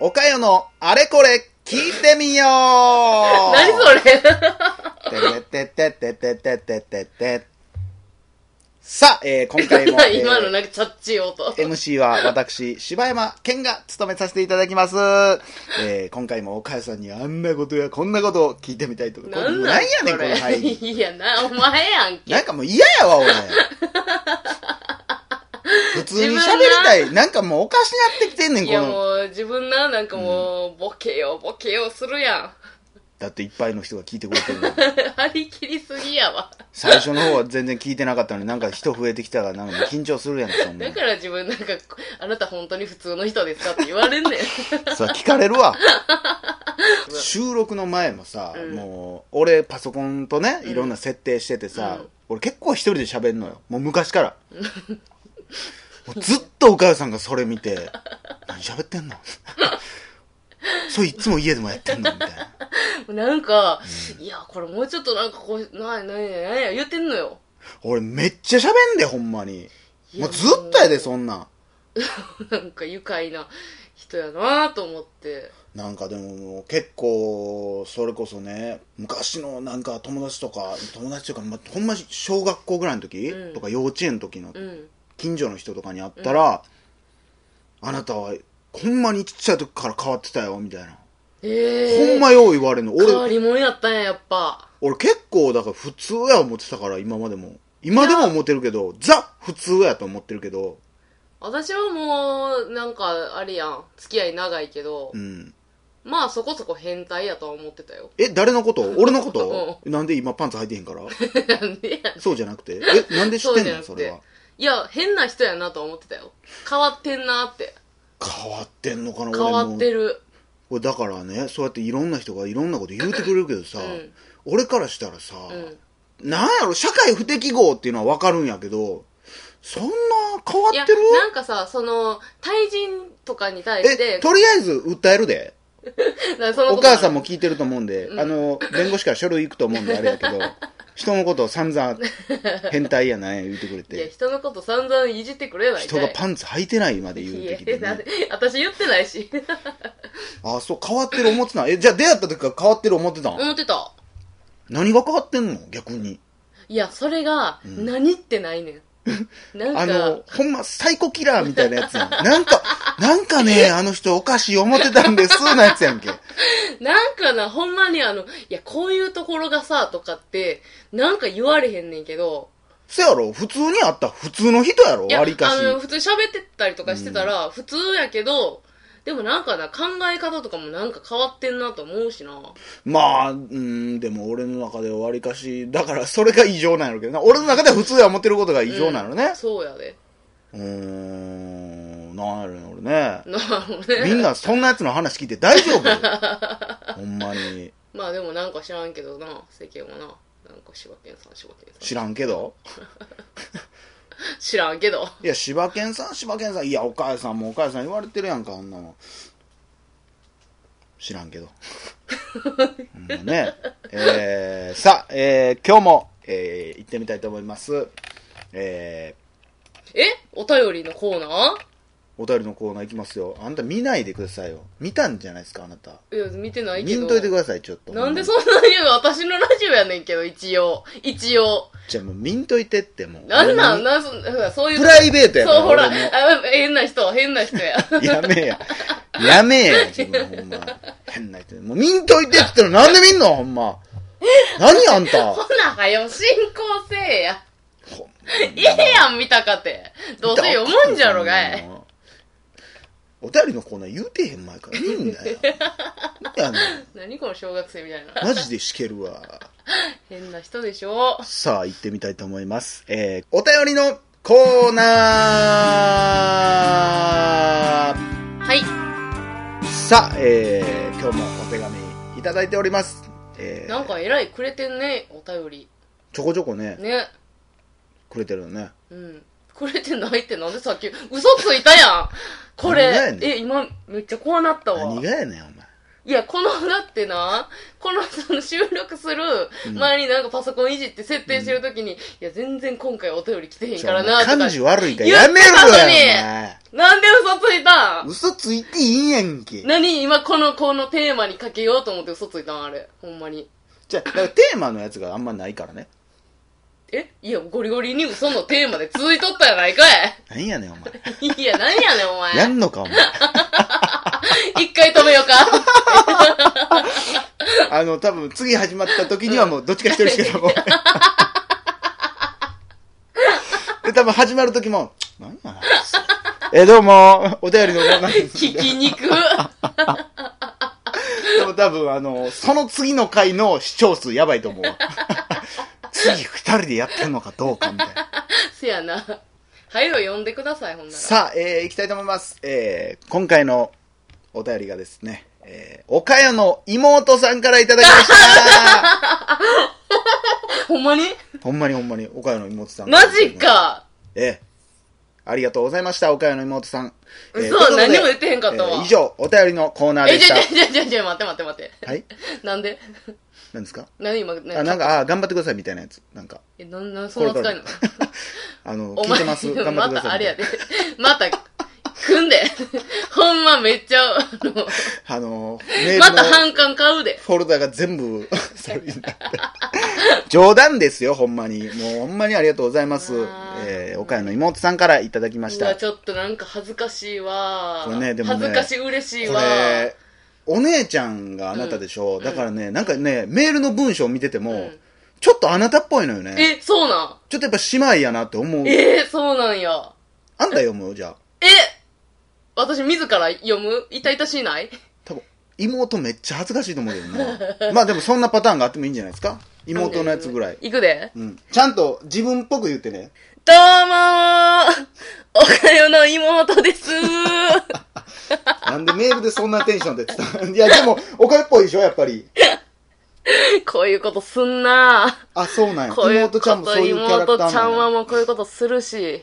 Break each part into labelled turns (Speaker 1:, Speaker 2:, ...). Speaker 1: おかよのあれこれ聞いてみよう
Speaker 2: 何それ
Speaker 1: ててててててててててさあ、えー今回も、えー
Speaker 2: 今のなんかチャッチい音。
Speaker 1: MC は私、柴山健が務めさせていただきます。えー今回もお母さんにあんなことやこんなことを聞いてみたいとか。
Speaker 2: なん
Speaker 1: な
Speaker 2: なん
Speaker 1: んやねん、こ
Speaker 2: それ
Speaker 1: の入り。
Speaker 2: いや、な、お前やんけ。
Speaker 1: なんかもう嫌や わ、俺。普通に喋りたい。なんかもうおかしなってきてんねん、
Speaker 2: い
Speaker 1: こ
Speaker 2: や
Speaker 1: の。
Speaker 2: もう自分な、なんかもう、ボケよ、ボケよするや
Speaker 1: だっていっぱいの人が聞いてくれてるのに
Speaker 2: ん。 張り切りすぎやわ。
Speaker 1: 最初の方は全然聞いてなかったのになんか人増えてきたからなんかもう緊張するやんそんな
Speaker 2: だ
Speaker 1: の
Speaker 2: から自分なんか、あなた本当に普通の人ですかって言われんねん。
Speaker 1: それ聞かれるわ収録の前もさ、
Speaker 2: うん
Speaker 1: もう俺パソコンとね
Speaker 2: ん
Speaker 1: いろんな設定しててさ、
Speaker 2: うん
Speaker 1: 俺結構一人で喋んのよもう昔 からもうずっとお母さんがそれ見て「何喋ってんの? 」それいつも家でもやってんのみたいな
Speaker 2: なんか、いや、これもうちょっとなんかこう、な、な、な、な、言ってんのよ。
Speaker 1: 俺めっちゃ喋んでほんまに
Speaker 2: い
Speaker 1: も
Speaker 2: や
Speaker 1: うずっとやでそんなん
Speaker 2: なんか愉快な人やなと思って。
Speaker 1: なんかでももう結構それこそね昔のなんか友達とか友達というか、ま、ほんま小学校ぐらいの時、
Speaker 2: うん
Speaker 1: とか幼稚園の時の
Speaker 2: うん。
Speaker 1: 近所の人とかに会ったら、あなたはほんまにちっちゃい時から変わってたよみたいな、
Speaker 2: ええ
Speaker 1: ほんまよう言われるの
Speaker 2: 変わ
Speaker 1: 俺
Speaker 2: り者やったんや、やっぱ。
Speaker 1: 俺結構だから普通や思ってたから今までも今でも思ってるけどザ普通やと思ってるけど
Speaker 2: 私はもう、なんか、あれやん。付き合い長いけど、
Speaker 1: うん
Speaker 2: まあそこそこ変態やとは思ってたよ。
Speaker 1: え誰のこと俺のこと、なんで今パンツ履いてへんから
Speaker 2: なんでやねん
Speaker 1: そうじゃなくてえなんで知ってんの
Speaker 2: そ
Speaker 1: そう
Speaker 2: じ
Speaker 1: れ
Speaker 2: ゃな
Speaker 1: は
Speaker 2: くいや、変な人やなとは思ってたよ。変わってんなって。
Speaker 1: 変わってんのかな
Speaker 2: 変わ
Speaker 1: 俺も
Speaker 2: ってる。
Speaker 1: 俺だからねそうやっていろんな人がいろんなこと言うてくれるけどさ、
Speaker 2: うん
Speaker 1: 俺からしたらさ、
Speaker 2: うん。
Speaker 1: なんやろ社会不適合っていうのは分かるんやけどそんな変わ
Speaker 2: いや
Speaker 1: ってる、
Speaker 2: なんかさ、その、対人とかに対して
Speaker 1: え、とりあえず訴えるで
Speaker 2: なその
Speaker 1: お
Speaker 2: ことな
Speaker 1: 母さんも聞いてると思うんで、あの弁護士から書類行くと思うんであれやけ ど人のことを散々変態やない言ってくれ
Speaker 2: いや、
Speaker 1: て
Speaker 2: 人のこと散々いじってくれない
Speaker 1: 人がパンツ履いてないまで言う
Speaker 2: い
Speaker 1: て
Speaker 2: や
Speaker 1: きて、
Speaker 2: なんで
Speaker 1: ね、
Speaker 2: 私言ってな いし。
Speaker 1: あそう変わってる思ってたんえじゃあ出会った時から変わってる思ってたん、
Speaker 2: 思ってた。
Speaker 1: 何が変わってんの逆に
Speaker 2: いや、それが、
Speaker 1: ん
Speaker 2: 何ってないねん。なんか、
Speaker 1: あの、ほんま、サイコキラーみたいなやつやん。 なんか、なんかね、あの人おかしい思ってたんです、なやつやんけ。
Speaker 2: なんかな、ほんまにあの、いや、こういうところがさ、とかって、なんか言われへんねんけど、
Speaker 1: そやろ、普通にあった普通の人やろ、
Speaker 2: いや、
Speaker 1: 割かし
Speaker 2: あ。の、普通に喋ってたりとかしてたら、普通やけど、でもなんかな、考え方とかもなんか変わってんなと思うしな。
Speaker 1: まあ、うん、でも俺の中では割かし、だからそれが異常なんやろうけどな。俺の中では普通や思ってることが異常なのね。
Speaker 2: そうやで。
Speaker 1: うーん、なんやろね、俺ね。
Speaker 2: なるほどね。
Speaker 1: みんなそんなやつの話聞いて大丈夫ほ んまに。
Speaker 2: まあでもなんか知らんけどな、世間はな。なんか柴犬さん、柴犬さん。
Speaker 1: 知らんけど。
Speaker 2: 知らんけど。
Speaker 1: いや、柴犬さん、柴犬さん。いや、お母さんもお母さん言われてるやんか、あんなの。知らんけど。ほんまね。えー、さあ、えー、今日も、えー、行ってみたいと思います。え
Speaker 2: えお便りのコーナ
Speaker 1: ー、お便りのコーナー行きますよ。あんた見ないでくださいよ。見たんじゃないですか、あなた。
Speaker 2: ーいや、見てない
Speaker 1: 見
Speaker 2: けど。
Speaker 1: んといてください、ちょっと。
Speaker 2: なんでそ
Speaker 1: うん
Speaker 2: なに私のラジオやねんけど、一応。一応。
Speaker 1: じゃあもう見んといてって、もう。
Speaker 2: なんなん
Speaker 1: もう
Speaker 2: なんそなんそういう。
Speaker 1: プライベートやから
Speaker 2: そう、ほら。あ
Speaker 1: 俺も
Speaker 2: 変な人、変な人や。
Speaker 1: やめえや。やめえや、自分ほんま。変な人。もう見んといてって言ったらなんで見んのほんま。何 あんた。
Speaker 2: ほな、はよ、進行せえや。
Speaker 1: ほん
Speaker 2: いいやん、見たかて。どうせ読むんじゃろがい。。
Speaker 1: お便りのコーナー言うてへん前から見んな よ。いやね
Speaker 2: 何この小学生みたい な。
Speaker 1: マジでしけるわ。
Speaker 2: 変な人でしょ。
Speaker 1: さあ、行ってみたいと思います。えー、お便りのコーナー
Speaker 2: はい。
Speaker 1: さあ、えー、今日もお手紙いただいております。えー、
Speaker 2: なんか偉いくれてんね、お便り。
Speaker 1: ちょこちょこね、
Speaker 2: ね。
Speaker 1: くれてるよね。
Speaker 2: うん。くれてないってなんでさっき、嘘ついたやんこ
Speaker 1: 何がや
Speaker 2: れ、
Speaker 1: ねん
Speaker 2: え、今、めっちゃ怖なったわ。
Speaker 1: 何がやねん、お前。
Speaker 2: いや、この、だってな、この、その、収録する前になんかパソコンいじって設定してるときに、いや、全然今回お便り来てへんからな、とか。
Speaker 1: 感じ悪いからやめろよ、お前。
Speaker 2: なんで嘘ついたん
Speaker 1: 嘘ついていいんやんけ。
Speaker 2: 何今この、このテーマにかけようと思って嘘ついたんあれ。ほんまに。
Speaker 1: じゃあ、だからテーマのやつがあんまないからね。
Speaker 2: えいや、ゴリゴリに嘘のテーマで続いとったやないか
Speaker 1: なんやねん、お前。
Speaker 2: い。いや、なんやねん、お
Speaker 1: や
Speaker 2: 前。
Speaker 1: んのか、お前。
Speaker 2: 一回止めようか。
Speaker 1: あの、多分次始まった時にはもうどっちか一人しかもう。で、多分始まる時も、何やな。え、どうも、お便りのコーナーです。
Speaker 2: 聞きにく。
Speaker 1: でも多分、あの、その次の回の視聴数やばいと思うわ。次二人でやってんのかどうかみたいな。
Speaker 2: せやな。はいよ、呼んでください、ほんなら。
Speaker 1: さあ、えー、いきたいと思います。えー、今回のお便りがですね、えー、岡谷の妹さんからいただきました。
Speaker 2: ほんまに
Speaker 1: ほんまにほんまに、岡谷の妹さん。
Speaker 2: マジ。か。
Speaker 1: ええ。ありがとうございました、岡谷の妹さん。
Speaker 2: 嘘
Speaker 1: といことで
Speaker 2: 何も言ってへんかったわ
Speaker 1: えー以上、お便りのコーナー
Speaker 2: え、
Speaker 1: でし
Speaker 2: じ
Speaker 1: た
Speaker 2: ゃ。じゃじゃじゃ待って待って待って。
Speaker 1: はい
Speaker 2: なんで
Speaker 1: 何ですか
Speaker 2: 何今、何
Speaker 1: あ、なんか、あ、頑張ってくださいみたいなやつ。なんか、
Speaker 2: え、なん、なん、そんな扱いなの
Speaker 1: あの、
Speaker 2: お
Speaker 1: 聞い
Speaker 2: 前、
Speaker 1: てます。頑張ってくだ
Speaker 2: また
Speaker 1: さ
Speaker 2: あ
Speaker 1: いみ
Speaker 2: れ
Speaker 1: た
Speaker 2: や
Speaker 1: い
Speaker 2: で。 また、組んで。 ほんまめっちゃ、あの、
Speaker 1: な。あの、メー
Speaker 2: ま
Speaker 1: ル
Speaker 2: た
Speaker 1: の
Speaker 2: 反感買うで。
Speaker 1: フォルダが全部、 それになって。冗談ですよ、ほんまに。もう、ほんまにありがとうございます
Speaker 2: あ。ー
Speaker 1: えー、岡谷の妹さんからいただきまし
Speaker 2: うわ、
Speaker 1: た。
Speaker 2: ちょっとなんか恥ずかしいわ。
Speaker 1: これねでもね
Speaker 2: 恥ずかしい、嬉しい
Speaker 1: こ
Speaker 2: わ。
Speaker 1: れ、お姉ちゃんがあなたでしょ。だからね、なんかね、メールの文章を見てても、
Speaker 2: うん
Speaker 1: ちょっとあなたっぽいのよね。
Speaker 2: え、そうなん
Speaker 1: ちょっとやっぱ姉妹やなって思う。
Speaker 2: えー、そうなんや。
Speaker 1: あんた読むじゃあ。
Speaker 2: え私自ら読む痛々しいない
Speaker 1: 多分、妹めっちゃ恥ずかしいと思うけどな。 まあでもそんなパターンがあってもいいんじゃないですか妹のやつぐらい。
Speaker 2: いくで。
Speaker 1: うん。ちゃんと自分っぽく言ってね。
Speaker 2: どうもー おかよの妹です ー
Speaker 1: なんでメールでそんなテンションで伝わる いやでも、おかっぽいでしょやっぱり。
Speaker 2: こういうことすんなー
Speaker 1: あ、そうなんや。
Speaker 2: こういう
Speaker 1: 妹
Speaker 2: こ
Speaker 1: ちゃんも
Speaker 2: と、
Speaker 1: そういうキャラクタ
Speaker 2: 妹
Speaker 1: ー
Speaker 2: ちゃ
Speaker 1: なん
Speaker 2: は
Speaker 1: んや。
Speaker 2: もうこういうことするし、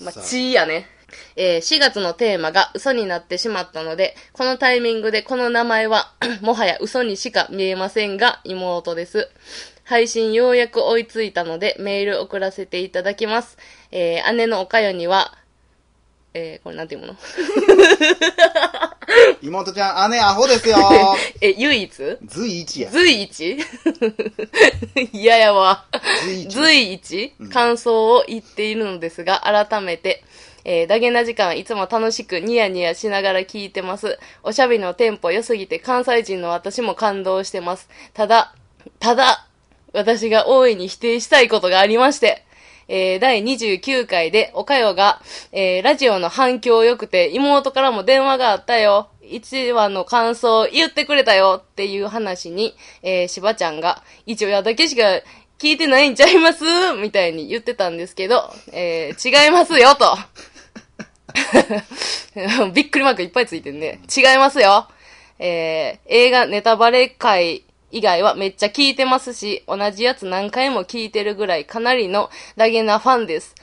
Speaker 2: まあ、
Speaker 1: さあ
Speaker 2: ちやね。えー、4月のテーマが嘘になってしまったので、このタイミングでこの名前は、 もはや嘘にしか見えませんが、妹です。配信ようやく追いついたので、メール送らせていただきます。えー、姉のおかよには、えー、これなんていうもの
Speaker 1: 妹ちゃん、姉アホ ですよ。
Speaker 2: え、唯一
Speaker 1: 随一や。
Speaker 2: 随一 嫌やわ。
Speaker 1: 随一。
Speaker 2: 随一感想を言っているのですが、改めて、えー、ダゲな時間いつも楽しくニヤニヤしながら聞いてます。おしゃべりのテンポ良すぎて関西人の私も感動してます。ただ、ただ、私が大いに否定したいことがありまして、えー、第29回で、おかよが、えー、ラジオの反響良くて、妹からも電話があったよ。1話の感想言ってくれたよっていう話に、えー、しばちゃんが、一話だけしか聞いてないんちゃいますみたいに言ってたんですけど、えー、違いますよと。 びっくりマークいっぱいついてんね。違いますよ。えー、映画ネタバレ会以外はめっちゃ聞いてますし、同じやつ何回も聞いてるぐらいかなりのダゲなファンです。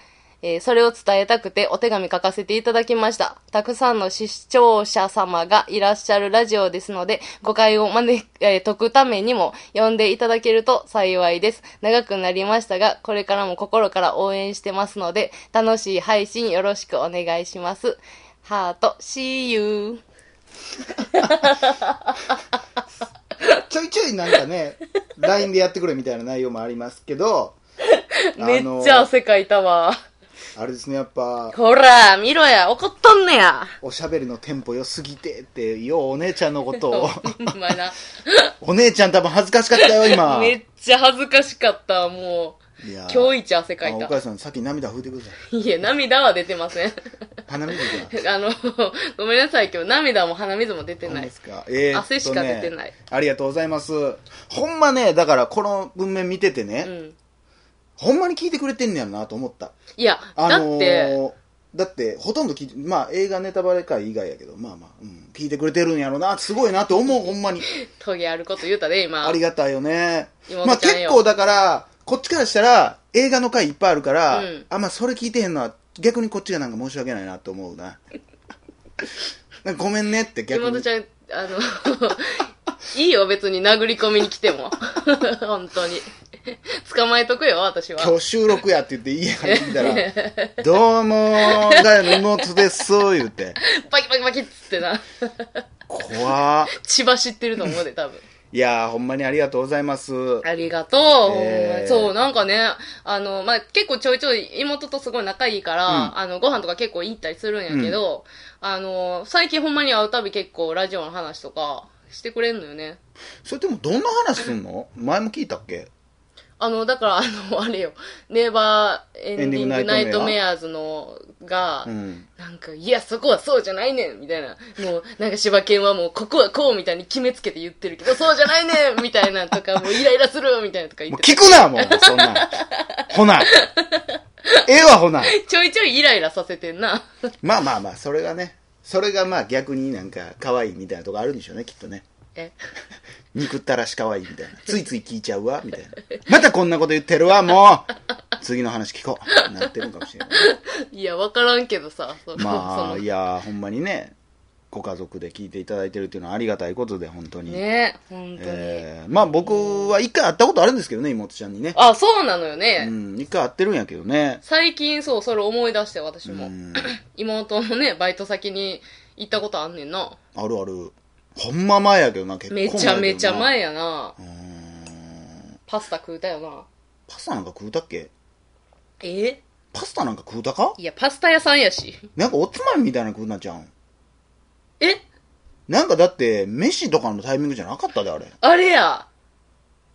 Speaker 2: えーそれを伝えたくてお手紙書かせていただきました。たくさんの視聴者様がいらっしゃるラジオですので、誤解を招く、えー解くためにも読んでいただけると幸いです。長くなりましたが、これからも心から応援してますので、楽しい配信よろしくお願いします。ハート、see you!
Speaker 1: ちょいちょいなんか ね、LINE でやってくれみたいな内容もありますけど、あの
Speaker 2: めっちゃ汗かいたわ。
Speaker 1: あれですね、やっぱ、
Speaker 2: ほら、見ろや、怒っとんねや。
Speaker 1: おしゃべりのテンポ良すぎてって、ようお姉ちゃんのことを。
Speaker 2: お前 な、
Speaker 1: お姉ちゃん多分恥ずかしかったよ、今。
Speaker 2: めっちゃ恥ずかしかったわ、も
Speaker 1: いうや。
Speaker 2: 今日一汗かい
Speaker 1: あお
Speaker 2: た。
Speaker 1: 母さん、さっき涙拭いてください。
Speaker 2: いや、涙は出てません。
Speaker 1: 鼻水じゃん。
Speaker 2: あの、ごめんなさい、今日涙も鼻水も出て
Speaker 1: どう
Speaker 2: な
Speaker 1: で
Speaker 2: い。
Speaker 1: すかえーっとね
Speaker 2: 汗しか出てない
Speaker 1: ありがとうございます。ほんまね、だからこの文面見ててね、
Speaker 2: うん。
Speaker 1: ほんまに聞いてくれてんねやろなと思った。
Speaker 2: いや、
Speaker 1: あの
Speaker 2: だって、
Speaker 1: ーだって、ほとんど聞いて、まあ映画ネタバレ会以外やけど、まあまあ、うん、聞いてくれてるんやろな、すごいなと思う、ほんまに。
Speaker 2: トゲあること言うたで、今。
Speaker 1: ありがたいよね。
Speaker 2: 妹
Speaker 1: まあ
Speaker 2: ちゃん
Speaker 1: 結
Speaker 2: よ
Speaker 1: 構だから、こっちからしたら、映画の回いっぱいあるから、
Speaker 2: うん
Speaker 1: あ、まあそれ聞いてへんのは、逆にこっちがなんか申し訳ないなと思うな。なんかごめんねって逆
Speaker 2: 妹
Speaker 1: に
Speaker 2: ち。ゃん、あの、 いいよ、別に殴り込みに来ても。 本当に。捕まえとくよ、私は。
Speaker 1: 今日収録やって言って家入ってきたら、どうもー、だよ、妹です、言うて。
Speaker 2: バキバキバキっつってな。
Speaker 1: 怖ー
Speaker 2: 血走ってると 思うで、多分。
Speaker 1: いやー、ほんまにありがとうございます。
Speaker 2: ありがとう、ほんまに
Speaker 1: えー
Speaker 2: そう、なんかね、あの、まあ、結構ちょいちょい妹とすごい仲いいから、
Speaker 1: うん
Speaker 2: あの、ご飯とか結構行ったりするんやけど、あの、最近ほんまに会うたび結構ラジオの話とかしてくれんのよね。
Speaker 1: それでもどんな話すんの前も聞いたっけ
Speaker 2: あの、だから、あの、あれよ、ネイバーエンディングナイトメアーズのが、
Speaker 1: うん。
Speaker 2: なんか、いや、そこはそうじゃないねんみたいな。もう、なんか柴犬はもう、ここはこうみたいに決めつけて言ってるけど、そうじゃないねんみたいなとか、もうイライラするみたいなとか言
Speaker 1: も
Speaker 2: っ
Speaker 1: う
Speaker 2: て
Speaker 1: 聞くな、もう、そん なん。ほな。ええわ、ほな。
Speaker 2: ちょいちょいイライラさせてんな。
Speaker 1: まあまあまあ、それがね。それがまあ逆になんか可愛いみたいなとこあるんでしょうね、きっとね。
Speaker 2: え、
Speaker 1: 憎ったらし可愛いみたいな。ついつい聞いちゃうわ、みたいな。またこんなこと言ってるわ、もう次の話聞こう。なってるかも しれない。
Speaker 2: いや、わからんけどさ、その、
Speaker 1: まあ、
Speaker 2: そ
Speaker 1: い
Speaker 2: の、
Speaker 1: やー、ほんまにね、ご家族で聞いていただいてるっていうのはありがたいことで、本当に。
Speaker 2: ね、本当に。
Speaker 1: えーまあ僕は一回会ったことあるんですけどね、妹ちゃんにね。
Speaker 2: あ、そうなのよね。
Speaker 1: うん、一回会ってるんやけどね。
Speaker 2: 最近、そう、それ思い出して、私
Speaker 1: う
Speaker 2: も。
Speaker 1: ん、
Speaker 2: 妹のね、バイト先に行ったことあんねんな。
Speaker 1: あるある。ほんま前やけどな、結構前
Speaker 2: め
Speaker 1: やけど
Speaker 2: ち
Speaker 1: な
Speaker 2: ゃめちゃ。前やな。
Speaker 1: うーん。
Speaker 2: パスタ食うたよな。
Speaker 1: パスタなんか食うたっけ
Speaker 2: え
Speaker 1: パスタなんか食うたか
Speaker 2: いや、パスタ屋さんやし。
Speaker 1: なんかおつまみみたいなの食うなちゃうん。
Speaker 2: え
Speaker 1: なんかだって、飯とかのタイミングじゃなかったで、あれ。
Speaker 2: あれや。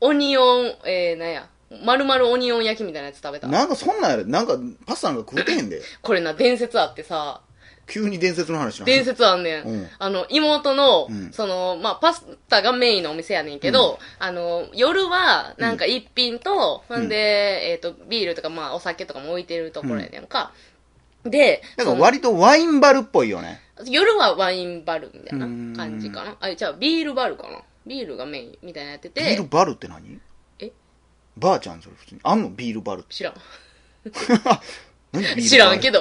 Speaker 2: オニオン、えー、なんや。丸々オニオン焼きみたいなやつ食べた。
Speaker 1: なんかそんなんやで、なんかパスタなんか食うてへん で。
Speaker 2: これな、伝説あってさ。
Speaker 1: 急に伝説の話なん
Speaker 2: 伝説あんねん。
Speaker 1: うん
Speaker 2: あの、妹の、
Speaker 1: うん
Speaker 2: その、まあ、パスタがメインのお店やねんけど、あの、夜は、なんか一品と、
Speaker 1: ん
Speaker 2: ほんで、えっ、と、ビールとか、まあ、お酒とかも置いてるところやねんか。で、
Speaker 1: なんか割とワインバルっぽいよね。
Speaker 2: その夜はワインバルみたいな
Speaker 1: うん
Speaker 2: 感じかな。あ、じゃあ、ビールバルかな。ビールがメインみたいなやって
Speaker 1: ビール
Speaker 2: て、
Speaker 1: バルって何
Speaker 2: え
Speaker 1: ばあちゃんそれ普通に。あんのビールバルって。
Speaker 2: 知らん。
Speaker 1: 何ビールバル
Speaker 2: 知らんけど。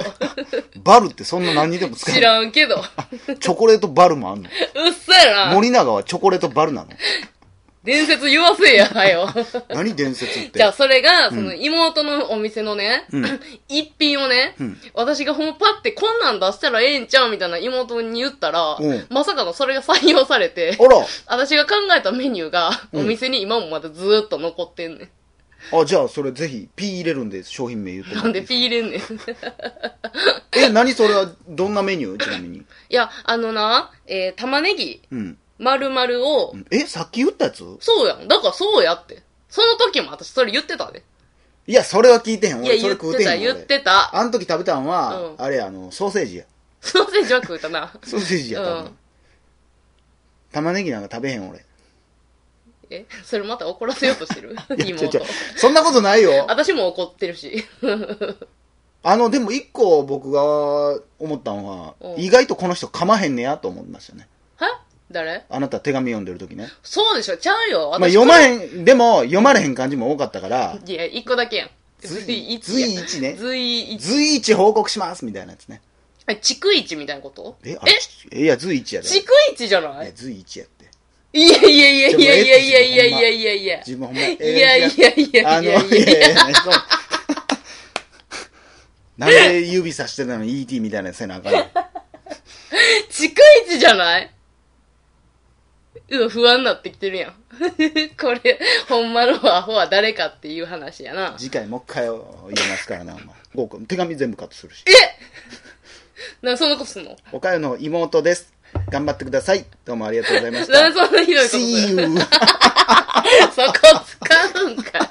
Speaker 1: バルってそんな何にでも使え
Speaker 2: 知
Speaker 1: る。
Speaker 2: らん けど。う
Speaker 1: チョコレートバルもあんの。
Speaker 2: っそやな。
Speaker 1: 森永はチョコレートバル なの。
Speaker 2: 伝説言わせや、はよ。
Speaker 1: 何伝説って。
Speaker 2: じゃあ、それが、その、妹のお店のね、 一品をね、
Speaker 1: うん
Speaker 2: 私がほんまパってこんなん出したらええんちゃうみたいな妹に言ったら
Speaker 1: うん、
Speaker 2: まさかのそれが採用されて、
Speaker 1: あら
Speaker 2: 私が考えたメニューが、
Speaker 1: うん
Speaker 2: お店に今もまだずーっと残ってんね
Speaker 1: あ、じゃあそれぜひ P 入れるんで商品名言って
Speaker 2: ん。
Speaker 1: も
Speaker 2: な
Speaker 1: ら
Speaker 2: ん
Speaker 1: って
Speaker 2: で
Speaker 1: いい
Speaker 2: ピー入れ んねん。い
Speaker 1: え、何それはどんなメニューちなみに。
Speaker 2: や、あのな、えー、玉ねぎ、
Speaker 1: うん。
Speaker 2: 丸々を、
Speaker 1: え、さっき言ったやつ
Speaker 2: そうやん。だからそうやって。その時も私それ言ってたで。
Speaker 1: いや、それは聞いてへん。
Speaker 2: いや、
Speaker 1: 俺それ
Speaker 2: 言っ
Speaker 1: 食う
Speaker 2: て
Speaker 1: てへん
Speaker 2: た、
Speaker 1: わ。
Speaker 2: 言っ
Speaker 1: 俺
Speaker 2: て た。
Speaker 1: あの時食べたんは
Speaker 2: う、ん
Speaker 1: あれやあの、ソーセージや。
Speaker 2: その選手は食うたな。
Speaker 1: ソーセージや、多
Speaker 2: う
Speaker 1: 分
Speaker 2: ん。
Speaker 1: 玉ねぎなんか食べへん俺。
Speaker 2: え、それまた怒らせようとしてる
Speaker 1: いや、ちょち
Speaker 2: 妹
Speaker 1: ょ。、そんなことないよ。
Speaker 2: 私も怒ってるし。
Speaker 1: あの、でも一個僕が思ったのは
Speaker 2: う、ん
Speaker 1: 意外とこの人噛まへんねやと思いましたね。
Speaker 2: は誰
Speaker 1: あなた手紙読んでる時ね。
Speaker 2: そうでしょちゃうよ。
Speaker 1: まあ
Speaker 2: 私
Speaker 1: 読まへん、でも読まれへん感じも多かったから、
Speaker 2: いや、一個だけやん。
Speaker 1: 随
Speaker 2: 一や
Speaker 1: 随一ね
Speaker 2: 随一。
Speaker 1: 随一報告しますみたいなやつね。
Speaker 2: あ逐一みたいなこと
Speaker 1: え、あれえいや、随一やで。
Speaker 2: 逐一じゃない
Speaker 1: いや、随一やって。
Speaker 2: いやいやいやいやいやいやいやいやいやいや。
Speaker 1: 自分ほんま、
Speaker 2: いやいやいやいや
Speaker 1: あの、いやいやいや、そう。なんで指さしてたのに ET みたいなやつせなあかん の
Speaker 2: 逐一じゃないうわ、不安になってきてるやん。 これ、ほんまのアホは誰かっていう話やな。
Speaker 1: 次回もう一回言いますからな、お前。ゴーくん手紙全部カットするし。
Speaker 2: なんでそんなことすんの
Speaker 1: おかゆの妹です。頑張ってください。どうもありがとうございま し
Speaker 2: なんで
Speaker 1: た。
Speaker 2: そんなひどいことす
Speaker 1: See
Speaker 2: る
Speaker 1: you!
Speaker 2: そこ使うんかい。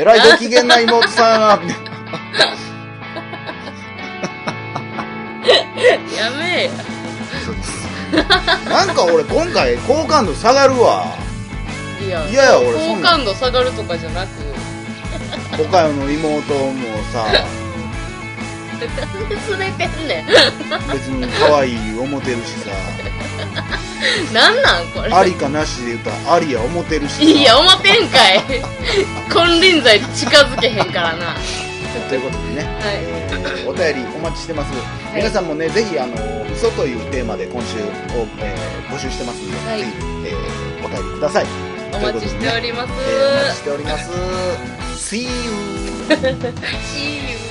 Speaker 1: えらいご機嫌な妹さん
Speaker 2: やめえや。
Speaker 1: なんか俺今回好感度下がるわ。
Speaker 2: いや
Speaker 1: いやいや俺そ
Speaker 2: 好
Speaker 1: んな
Speaker 2: 感度下がるとかじゃなく
Speaker 1: おかゆの妹もさ、
Speaker 2: すれてんね
Speaker 1: 別に可愛い思てるしさ、
Speaker 2: んなんなんこれ
Speaker 1: ありかなしで言うたらありや思てるしさ。
Speaker 2: いや思てんかい金輪際近づけへんからな
Speaker 1: ということでね、
Speaker 2: はい
Speaker 1: えーお便りお待ちしてます、
Speaker 2: い
Speaker 1: 皆さんもねぜひあの「嘘」というテーマで今週を、えー募集してますので、
Speaker 2: はい
Speaker 1: ぜひ、えーお便りください
Speaker 2: お待ちしてお
Speaker 1: り
Speaker 2: ります。
Speaker 1: えーお待ちしております See you!
Speaker 2: See you!